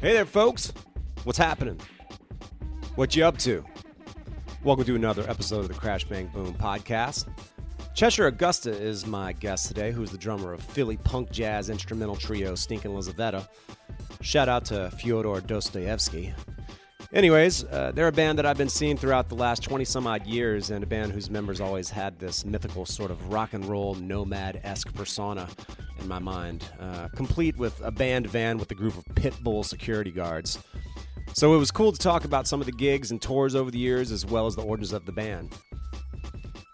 Hey there, folks. What's happening? What you up to? Welcome to another episode of the Crash Bang Boom podcast. Cheshire Augusta is my guest today, who's the drummer of Philly punk jazz instrumental trio Stinkin' Lizaveta. Shout out to Fyodor Dostoevsky. Anyways, uh, they're a band that I've been seeing throughout the last 20 some odd years, and a band whose members always had this mythical sort of rock and roll nomad esque persona in my mind, uh, complete with a band van with a group of pit bull security guards. So it was cool to talk about some of the gigs and tours over the years, as well as the origins of the band.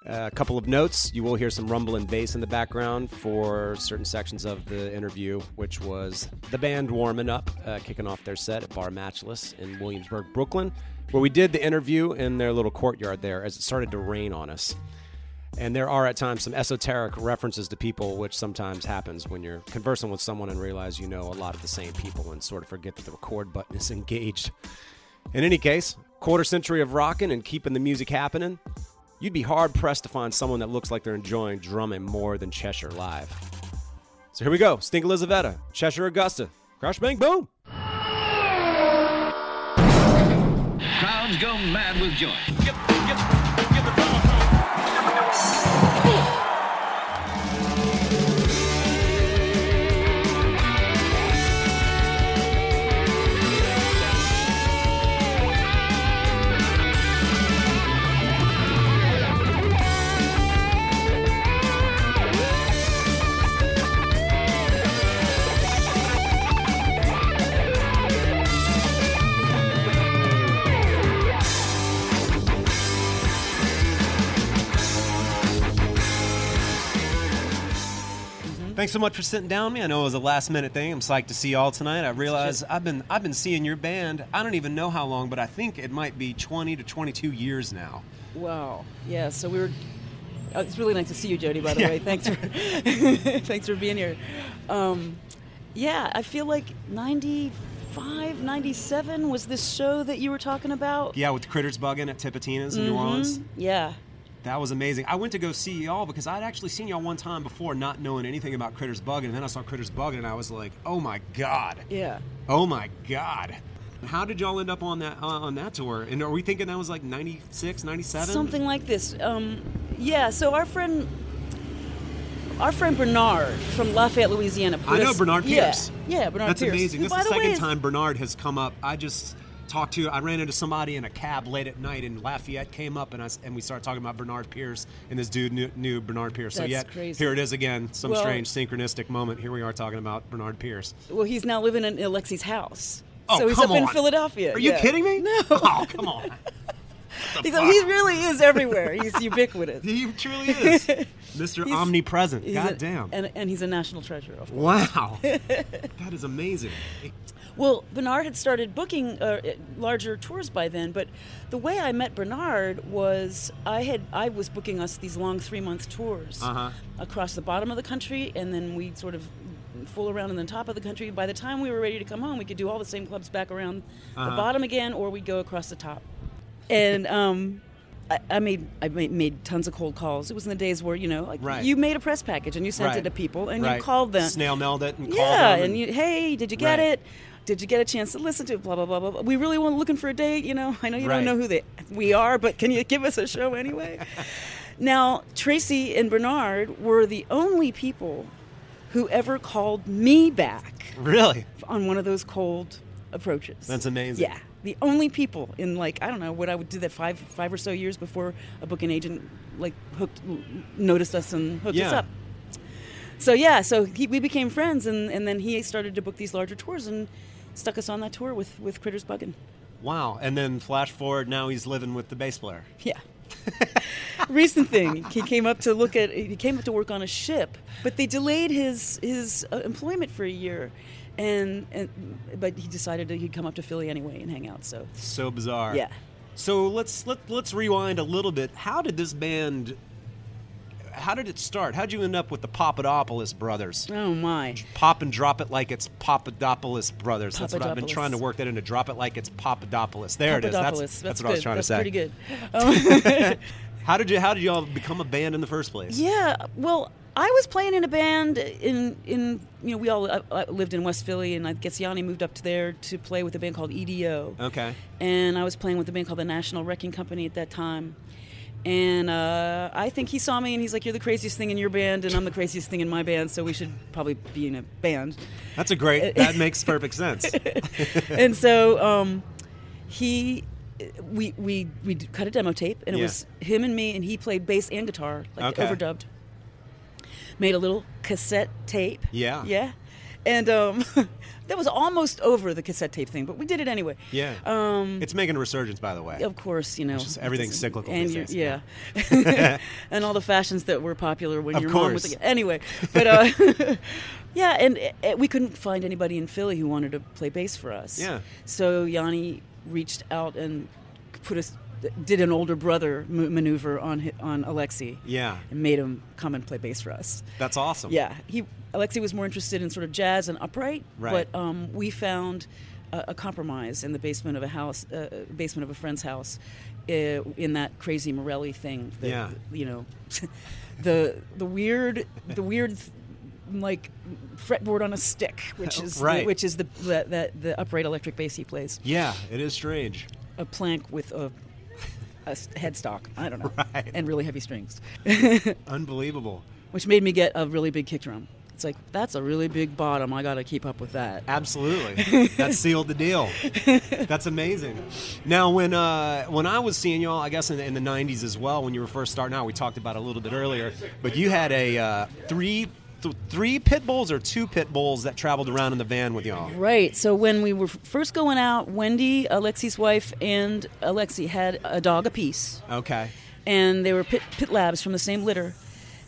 Uh, A couple of notes. You will hear some rumble and bass in the background for certain sections of the interview, which was the band warming up, uh, kicking off their set at Bar Matchless in Williamsburg, Brooklyn, where we did the interview in their little courtyard there as it started to rain on us. And there are at times some esoteric references to people, which sometimes happens when you're conversing with someone and realize you know a lot of the same people and sort of forget that the record button is engaged. In any case, quarter century of rockin' and keeping the music happening, you'd be hard pressed to find someone that looks like they're enjoying drumming more than Cheshire Live. So here we go Stink Elizaveta, Cheshire Augusta, Crash Bang Boom! Crowds go mad with joy. Thanks so much for sitting down with me. I know it was a last minute thing. I'm psyched to see y'all tonight. I realize I've been I've been seeing your band. I don't even know how long, but I think it might be 20 to 22 years now. Wow. Yeah. So we were. Oh, it's really nice to see you, Jody. By the way, thanks for thanks for being here. Um, yeah, I feel like 95, 97 was this show that you were talking about. Yeah, with Critters bugging at Tipitina's in New Orleans. Yeah. That was amazing. I went to go see y'all because I'd actually seen y'all one time before, not knowing anything about Critters bugging, and then I saw Critters bugging, and I was like, "Oh my god! Yeah. Oh my god!" How did y'all end up on that uh, on that tour? And are we thinking that was like 96, 97? Something like this. Um, yeah. So our friend, our friend Bernard from Lafayette, Louisiana. put I know us- Bernard yeah, Pierce. Yeah, Bernard That's Pierce. amazing. who, That's by the second way, is- time Bernard has come up. I just talked to. I ran into somebody in a cab late at night, and Lafayette came up, and I s- and we started talking about Bernard Pierce, and this dude knew, knew Bernard Pierce. so That's yeah, crazy. here it is again. Some Well- strange synchronistic moment. Here we are talking about Bernard Pierce. Well, he's now living in Alexi's house. Oh, so he's come up in on. Philadelphia. Are you yeah. kidding me? No. Oh, come on. He's- he really is everywhere. He's ubiquitous. He truly is, Mr. Omnipresent. He's a- God damn. And, and he's a national treasure. Of course. Wow, that is amazing. Well, Bernard had started booking uh, larger tours by then, but the way I met Bernard was I had I was booking us these long three month tours Uh-huh. across the bottom of the country, and then we sort of fool around in the top of the country. By the time we were ready to come home, we could do all the same clubs back around Uh-huh. the bottom again, or we'd go across the top. And um, I, I made I made, made tons of cold calls. It was in the days where you know like Right. you made a press package and you sent Right. it to people and Right. you called them Snail mailed it and called yeah, them and you, hey, did you get Right. it? Did you get a chance to listen to it? Blah blah blah blah. blah. We really want looking for a date. You know, I know you Right. don't know who they we are, but can you give us a show anyway? now, Tracy and Bernard were the only people who ever called me back really. on one of those cold approaches. That's amazing. Yeah, the only people in like I don't know what I would do that five five or so years before a booking agent like hooked noticed us and hooked us Yeah. up. So yeah, so he, we became friends, and, and then he started to book these larger tours and stuck us on that tour with with Critters Buggin. Wow. And then flash forward, now he's living with the bass player. Yeah. Recent thing, he came up to look at. He came up to work on a ship, but they delayed his his uh, employment for a year, and and but he decided that he'd come up to Philly anyway and hang out. So So bizarre. Yeah. So let's let let's rewind a little bit. How did this band how did it start? How'd you end up with the Papadopoulos brothers? Oh my. Pop and drop it like it's Papadopoulos brothers. That's what I've been Papadopoulos. trying to work that into. Drop it like it's Papadopoulos. There it is. That's, Papadopoulos. that's, what I was good. trying that's to say. pretty good. Um, How did you? How did y'all become a band in the first place? yeah. Well, I was playing in a band in in you know we all uh, uh, lived in West Philly, and I guess Yanni moved up to there to play with a band called E EDO. Okay. and I was playing with a band called the National Wrecking Company at that time. And uh, I think he saw me, and he's like, "You're the craziest thing in your band, and I'm the craziest thing in my band, so we should probably be in a band." That's a great. That makes perfect sense. and so um, he, we we we d- cut a demo tape, and it Yeah. was him and me, and he played bass and guitar, like Okay. overdubbed. Made a little cassette tape. Yeah. yeah, and um, that was almost over the cassette tape thing, but we did it anyway. Yeah. Um, it's making a resurgence, by the way. of course, you know is- everything's cyclical and these you- days. yeah, and all the fashions that were popular when Of your mom was course. like, anyway. But uh, yeah, and uh, we couldn't find anybody in Philly who wanted to play bass for us. Yeah. so Yanni reached out and put us did an older brother ma- maneuver on hi- on Alexi. Yeah. and made him come and play bass for us. That's awesome. Yeah, he Alexei was more interested in sort of jazz and upright, Right. but um, we found a, a compromise in the basement of a house, uh, basement of a friend's house, uh, in that crazy Morelli thing. The, Yeah. you know, the the weird the weird like fretboard on a stick, which is the- Right. which is the that, that the upright electric bass he plays, Yeah. It is strange. a plank with a. A s- headstock, I don't know, Right. and really heavy strings. Unbelievable. which made me get a really big kick drum. It's like that's a really big bottom. I got to keep up with that. Absolutely. that sealed the deal. That's amazing. Now, when uh, when I was seeing y'all, I guess in, in the '90s as well, when you were first starting out, we talked about it a little bit earlier, but you had a uh, three th- three pit bulls or two pit bulls that traveled around in the van with y'all. Right. So when we were f- first going out, Wendy, Alexi's wife, and Alexi had a dog apiece, Okay. and they were pit, pit labs from the same litter.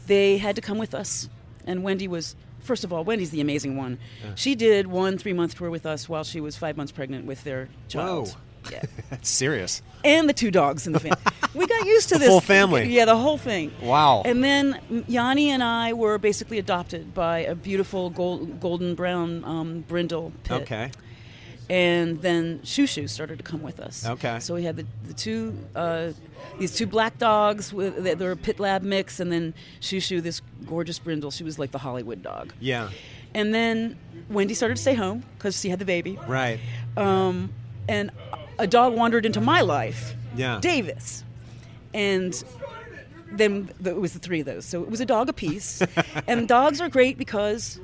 They had to come with us, and Wendy was. First of all, Wendy's the amazing one. She did one three month tour with us while she was five months pregnant with their child. Whoa. Yeah. That's serious. and the two dogs in the family. we got used to this full family. Yeah, the whole thing. Wow. And then Yanni and I were basically adopted by a beautiful gold, golden brown um, brindle pit. Okay. And then Shushu started to come with us. Okay. So we had the, the two uh, these two black dogs with they they were a pit lab mix, and then Shushu, this gorgeous brindle. She was like the Hollywood dog. Yeah. And then Wendy started to stay home because she had the baby Right. um, and a dog wandered into my life. Yeah. Davis, and then the, it was the three of those. So it was a dog apiece, and dogs are great because,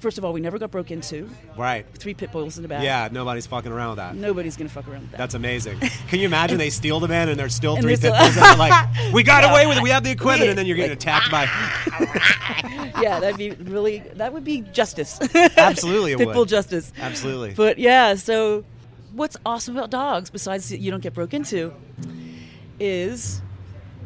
first of all, we never got broke into. Right. Three pit bulls in the back. Yeah. Nobody's fucking around with that. Nobody's gonna fuck around with that. That's amazing. Can you imagine they steal the van and there's still And three pit they're bulls still- that are like, we got away with it, we have the equipment, We- and then you're getting attacked like, by. yeah, that'd be really that would be justice. Absolutely it would. Pitbull justice. Absolutely. But yeah, so what's awesome about dogs, besides that you don't get broke into, is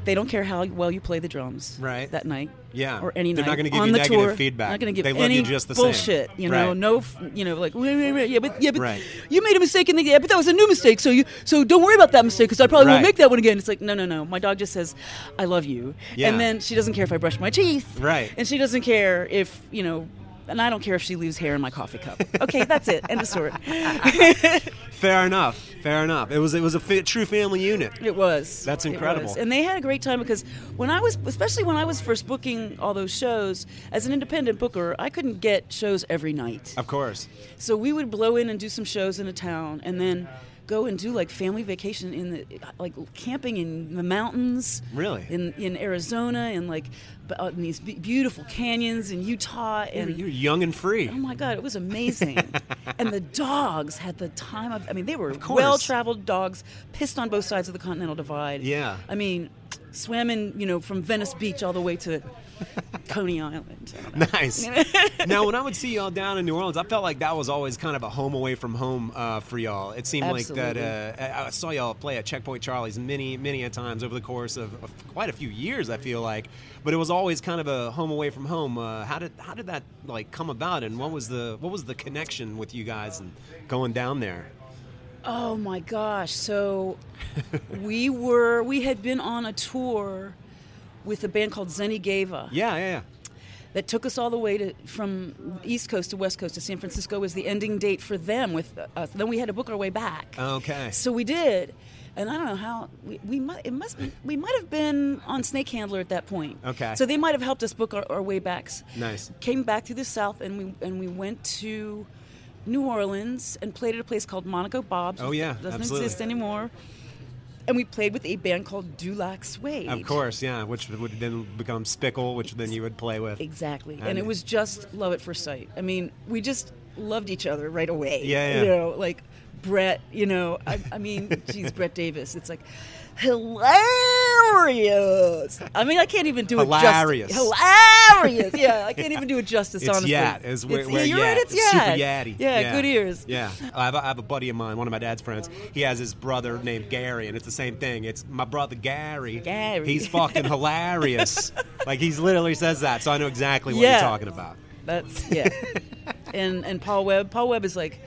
they don't care how well you play the drums Right. that night. Yeah. Or any They're night not gonna give on you the negative tour. feedback. Not going to give They love any you just the same. bullshit. You know, Right. no. f- You know, like "Wait, wait, wait, yeah, but yeah, but Right. you made a mistake in the yeah, but that was a new mistake. So you so don't worry about that mistake because I probably Right. won't make that one again. It's like no, no, no. My dog just says, "I love you," Yeah. and then she doesn't care if I brush my teeth. Right. And she doesn't care if, you know, and I don't care if she leaves hair in my coffee cup. Okay, that's it. End of story. Fair enough. Fair enough. It was it was a fa- true family unit. It was. That's It incredible. was. And they had a great time because when I was, especially when I was first booking all those shows, as an independent booker, I couldn't get shows every night. Of course. So we would blow in and do some shows in a town and then go and do like family vacation in the like camping in the mountains Really? in in Arizona and like b- out in these be- beautiful canyons in Utah You're, and you're young and free. Oh my God, it was amazing. and the dogs had the time of, I mean, they were course. well traveled dogs, pissed on both sides of the Continental Divide. Yeah. I mean, swam in, you know, from Venice Beach all the way to Coney Island. I don't know. Nice. now, when I would see y'all down in New Orleans, I felt like that was always kind of a home away from home uh, for y'all. It seemed like that. Uh, I- I saw y'all play at Checkpoint Charlie's many, many a times over the course of, of quite a few years. I feel like, but it was always kind of a home away from home. Uh, how did how did that like come about, and what was the what was the connection with you guys and going down there? Oh my gosh. So we were, we had been on a tour with a band called Zenigeva Yeah, yeah, yeah. that took us all the way to from East Coast to West Coast to San Francisco was the ending date for them. With us, then we had to book our way back. Okay. So we did, and I don't know how we, we might it must be, we might have been on Snake Handler at that point. Okay. So they might have helped us book our, our way backs. Nice. Came back through the South and we and we went to New Orleans and played at a place called Monaco Bob's. Oh, yeah, doesn't absolutely. exist anymore. And we played with a band called Dulac Suede. Of course, yeah, which would then become Spickle, which then you would play with. Exactly. And- And it was just love at first sight. I mean, we just loved each other right away. Yeah, yeah. You know, like Brett, you know, I, I mean, geez, Brett Davis. It's like hilarious. I mean, I can't even do it Hilarious. justice. Hilarious. Yeah, I can't even do it justice, It's honestly. yat. Is where, It's- where you're yat. right, it's It's super yat. yatty. Yeah, good ears. Yeah. I have, a, I have a buddy of mine, one of my dad's friends. He has his brother named Gary, and it's the same thing. It's my brother Gary. Gary. He's fucking hilarious. like, he literally says that, so I know exactly what Yeah. you're talking about. That's, yeah. and, and Paul Webb, Paul Webb is like,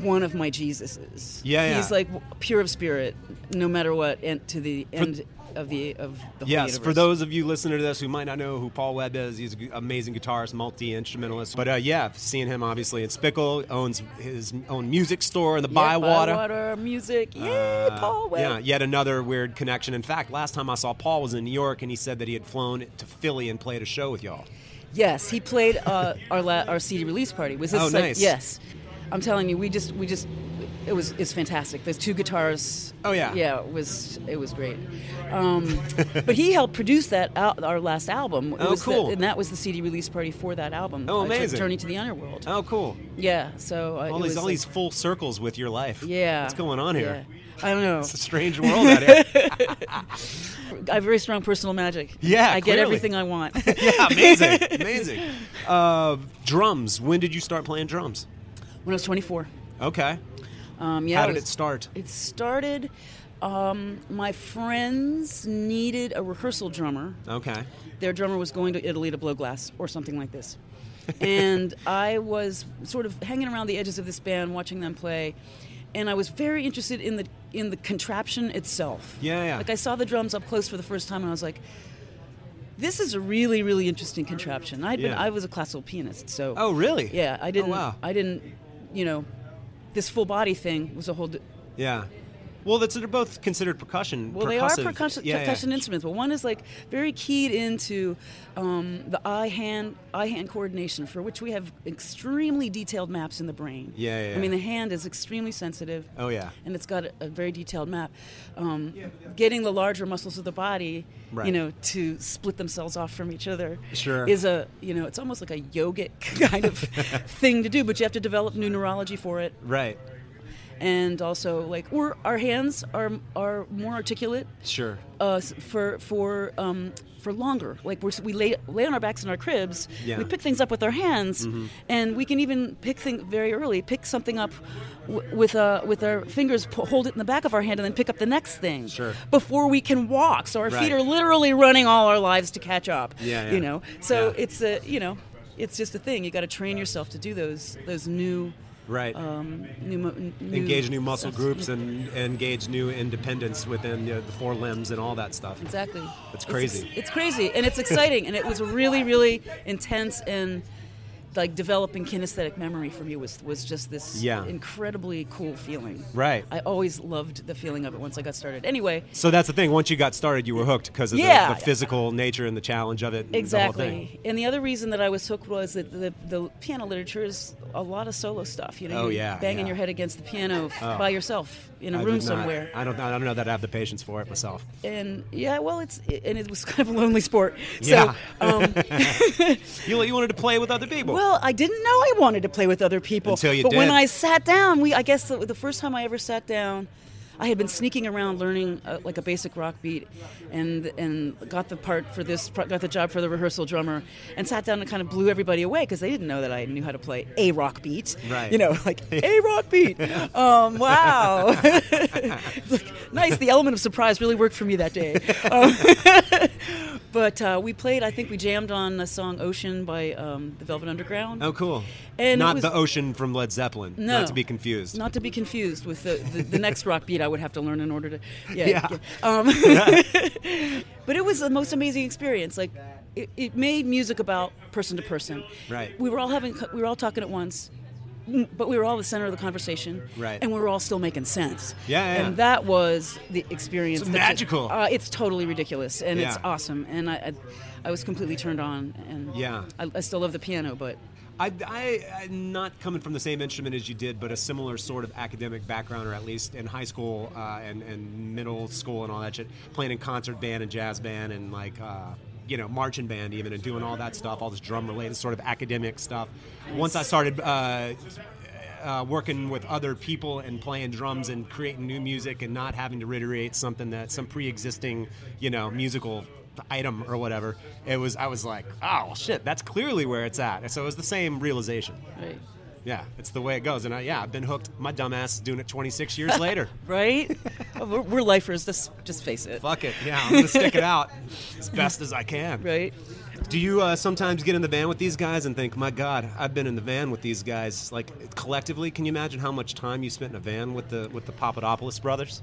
one of my Jesuses. Yeah, yeah. He's like pure of spirit, no matter what, and to the end of the of the whole Yes, for universe. those of you listening to this who might not know who Paul Webb is, he's an amazing guitarist, multi instrumentalist. But uh, yeah, seeing him obviously in Spickle, owns his own music store in the Yeah, Bywater. Bywater music. Yay, Uh, Paul Webb. Yeah, yet another weird connection. In fact, last time I saw Paul was in New York, and he said that he had flown to Philly and played a show with y'all. Yes, he played uh, our la- our CD release party. Was this Oh, like, nice. Yes, I'm telling you, we just we just it was it's fantastic. There's two guitars. Oh, yeah. yeah. It was it was great. Um, but he helped produce that al- our last album. It Oh, was the- cool. and that was the CD release party for that album. Oh, uh, Jour- amazing. Journey to the Underworld. Oh, cool! Yeah, so uh, All these it was all like- these full circles with your life. Yeah, what's going on here? yeah. I don't know. It's a strange world out here. I have very strong personal magic. Yeah, I get clearly. everything I want. yeah, amazing, amazing. Uh, drums. When did you start playing drums? when I was 24. Okay. Um, yeah, How it did was- it start? It started. Um, my friends needed a rehearsal drummer. Okay. Their drummer was going to Italy to blow glass or something like this. and I was sort of hanging around the edges of this band, watching them play, and I was very interested in the in the contraption itself. Yeah, yeah. Like I saw the drums up close for the first time, and I was like, "This is a really, really interesting contraption." I'd been Yeah. I was a classical pianist, so Oh, really? yeah, I didn't. wow. I didn't. You know, this full body thing was a whole. d- Yeah. Well, that's they're both considered percussion. well, they are percussive. percussion, Yeah, yeah. percussion instruments, but one is like very keyed into um, the eye hand eye hand coordination, for which we have extremely detailed maps in the brain. Yeah, yeah, yeah. I mean, the hand is extremely sensitive. Oh, yeah. and it's got a, a very detailed map. Um, getting the larger muscles of the body, Right. you know, to split themselves off from each other, Sure. is a you know, it's almost like a yogic kind of thing to do, but you have to develop new neurology for it Right. and also like we're our hands are are more articulate Sure. uh, s- for for um, for longer. Like we're, s- we lay lay on our backs in our cribs. Yeah. Mm-hmm. We pick things up with our hands, and we can even pick things very early. Pick something up w- with uh, with our fingers, p- hold it in the back of our hand, and then pick up the next thing Sure. before we can walk. So our Right. feet are literally running all our lives to catch up. Yeah, yeah. You know. So Yeah. it's a you know, it's just a thing. You got to train yourself to do those those new. Right. Um, new, mo- n- new engage new muscle stuff. groups and and engage new independence within you know, the four limbs and all that stuff. Exactly. That's It's ex- crazy. It's, crazy and it's exciting and it was a really really intense and like developing kinesthetic memory for me was was just this Yeah. incredibly cool feeling. Right. I always loved the feeling of it once I got started. Anyway, So that's the thing. Once you got started, you were hooked because of the- Yeah. the, physical nature and the challenge of it. and The whole thing. exactly. And the other reason that I was hooked was that the, the piano literature is a lot of solo stuff. You know, Oh, you're yeah, banging yeah. your head against the piano f- Oh. by yourself in a I room would not- somewhere. I don't. I don't know that I have the patience for it myself. And yeah, well, it's and it was kind of a lonely sport. Yeah. So, um, You, you wanted to play with other people. Well, I didn't know I wanted to play with other people. Until you but when did. I sat down, we I guess the, the first time I ever sat down, I had been sneaking around learning uh, like a basic rock beat, and and got the part for this, got the job for the rehearsal drummer, and sat down and kind of blew everybody away because they didn't know that I knew how to play a rock beat. Right. You know, like a rock beat. Um, wow. It's like, nice. The element of surprise really worked for me that day. Um, But uh, we played. I think we jammed on the song "Ocean" by um, the Velvet Underground. Oh, cool. And it not was- the ocean from Led Zeppelin. No. Not to be confused. Not to be confused with the, the, the next rock beat I would have to learn in order to. Yeah. Yeah. Um, but it was the most amazing experience. Like, it, it made music about person to person. Right. We were all having, co- we were all talking at once, m- but we were all the center of the conversation. Right. And we were all still making sense. Yeah, yeah. And that was the experience. It's that- magical. uh, it's totally ridiculous, and it's Yeah. awesome. And I, I, I was completely turned on. And Yeah. I, I still love the piano, but I, I, I, not coming from the same instrument as you did, but a similar sort of academic background, or at least in high school uh, and, and middle school and all that shit, playing in concert band and jazz band and like, uh, you know, marching band even and doing all that stuff, all this drum related sort of academic stuff. Once I started uh, uh, working with other people and playing drums and creating new music and not having to reiterate something that some pre-existing you know musical item or whatever it was i was like oh shit that's clearly where it's at and so it was the same realization right. yeah it's the way it goes and I, yeah i've been hooked my dumbass is doing it 26 years later Right? we're, we're lifers. Just just face it. fuck it yeah i'm gonna stick it out as best as i can Right? Do you uh, sometimes get in the van with these guys and think, my God, I've been in the van with these guys? Like collectively, can you imagine how much time you spent in a van with the with the Papadopoulos brothers?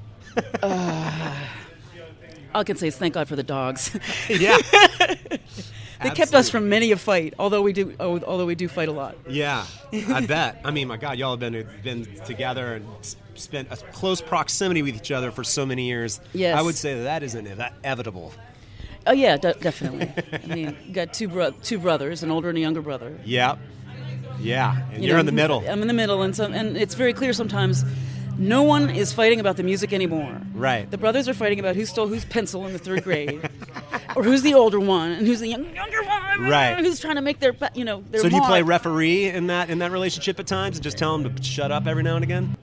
All I can say is thank God for the dogs. they Yeah, kept us from many a fight, although we do oh, although we do fight a lot. Yeah, I bet. I mean, my God, y'all have been been together and s- spent a close proximity with each other for so many years. Yes. I would say that, that is inevitable. Oh yeah, de- definitely. I mean, you got two bro- two brothers, an older and a younger brother. Yep. Yeah, and You you're know, um, in the middle. I'm in the middle, and some, and it's very clear sometimes. No one is fighting about the music anymore. Right. The brothers are fighting about who stole whose pencil in the third grade, or who's the older one and who's the young, younger one. Right. Who's trying to make their pe- you know their. So do you play mark. referee in that in that relationship at times and just tell them to shut up every now and again?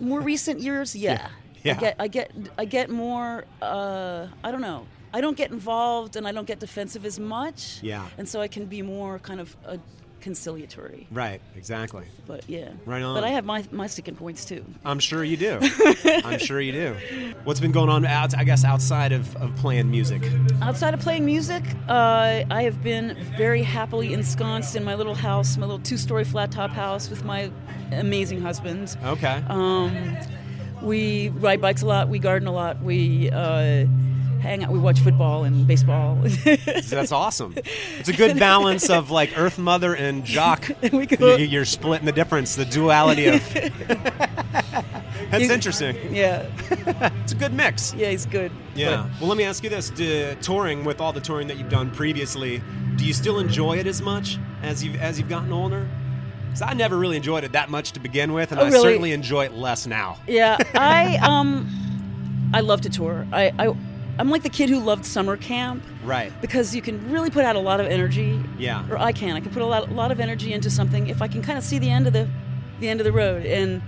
more recent years, yeah. Yeah. I get I get I get more uh, I don't know. I don't get involved and I don't get defensive as much. Yeah. And so I can be more kind of uh conciliatory. Right. Exactly. But yeah. Right on. But I have my my sticking points too. I'm sure you do. I'm sure you do. What's been going on out? I guess outside of, of playing music. Outside of playing music, uh, I have been very happily ensconced in my little house, my little two-story flat-top house with my amazing husband. Okay. Um, we ride bikes a lot. We garden a lot. We uh, hang out. We watch football and baseball. So That's awesome. It's a good balance of like Earth Mother and Jock. We could- You- You're splitting the difference, the duality of. That's You- interesting. yeah, It's a good mix. yeah, he's good. Yeah. Well, let me ask you this: do, touring with all the touring that you've done previously, do you still enjoy it as much as you've as you've gotten older? Because I never really enjoyed it that much to begin with, and Oh, I really? certainly enjoy it less now. But, yeah, I um, I love to tour. I, I I'm like the kid who loved summer camp Right. because you can really put out a lot of energy. Yeah. Or I can. I can put a lot, a lot of energy into something if I can kind of see the end of the the end of the road. And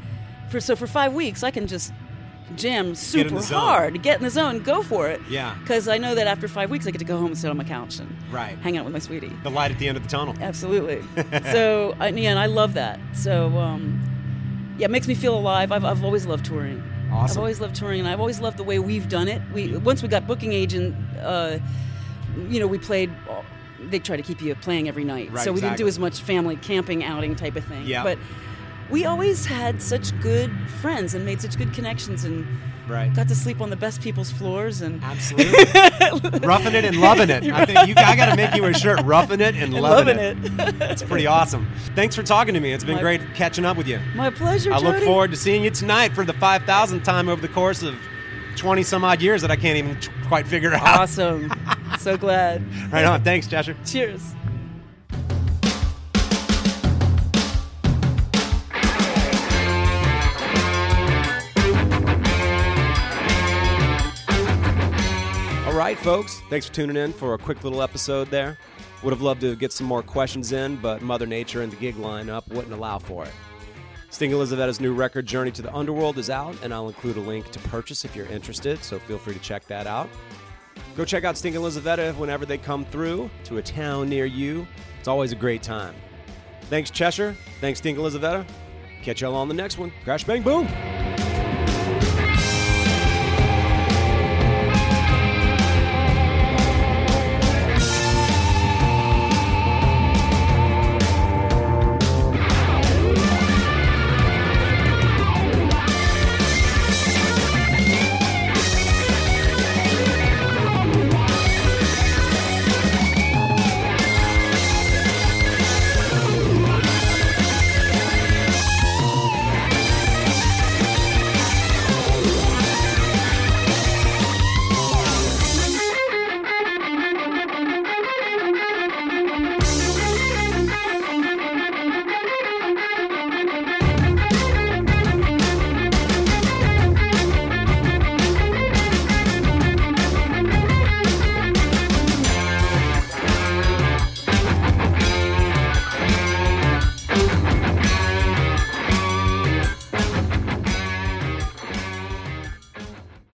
for so for five weeks, I can just jam in super the zone. hard, get in the zone, go for it. Yeah. Because I know that after five weeks, I get to go home and sit on my couch and Right. hang out with my sweetie. The light at the end of the tunnel. Absolutely. so, I, yeah, and I love that. So, um, yeah, it makes me feel alive. I've, I've always loved touring. Awesome. I've always loved touring, and I've always loved the way we've done it. We once we got booking agent, uh, you know, we played. uh, They try to keep you playing every night, Right, so we didn't do exactly. as much family camping outing type of thing. Yeah. But we always had such good friends and made such good connections, and Right. got to sleep on the best people's floors and Absolutely. roughing it and loving it. I think you, I got to make you a shirt, roughing it and loving, loving it. It's pretty awesome. Thanks for talking to me. It's been My- great catching up with you. My pleasure. I look Jody. forward to seeing you tonight for the 5,000th time over the course of 20 some odd years that I can't even t- quite figure out. Awesome. so glad. Right on. Thanks, Cheshire. Cheers. All right, folks. Thanks for tuning in for a quick little episode there. Would have loved to get some more questions in, but Mother Nature and the gig lineup wouldn't allow for it. Sting Elizavetta's new record, Journey to the Underworld, is out, and I'll include a link to purchase if you're interested, so feel free to check that out. Go check out Sting Elizaveta whenever they come through to a town near you. It's always a great time. Thanks, Cheshire. Thanks, Sting Elizaveta. Catch y'all on the next one. Crash, bang, boom.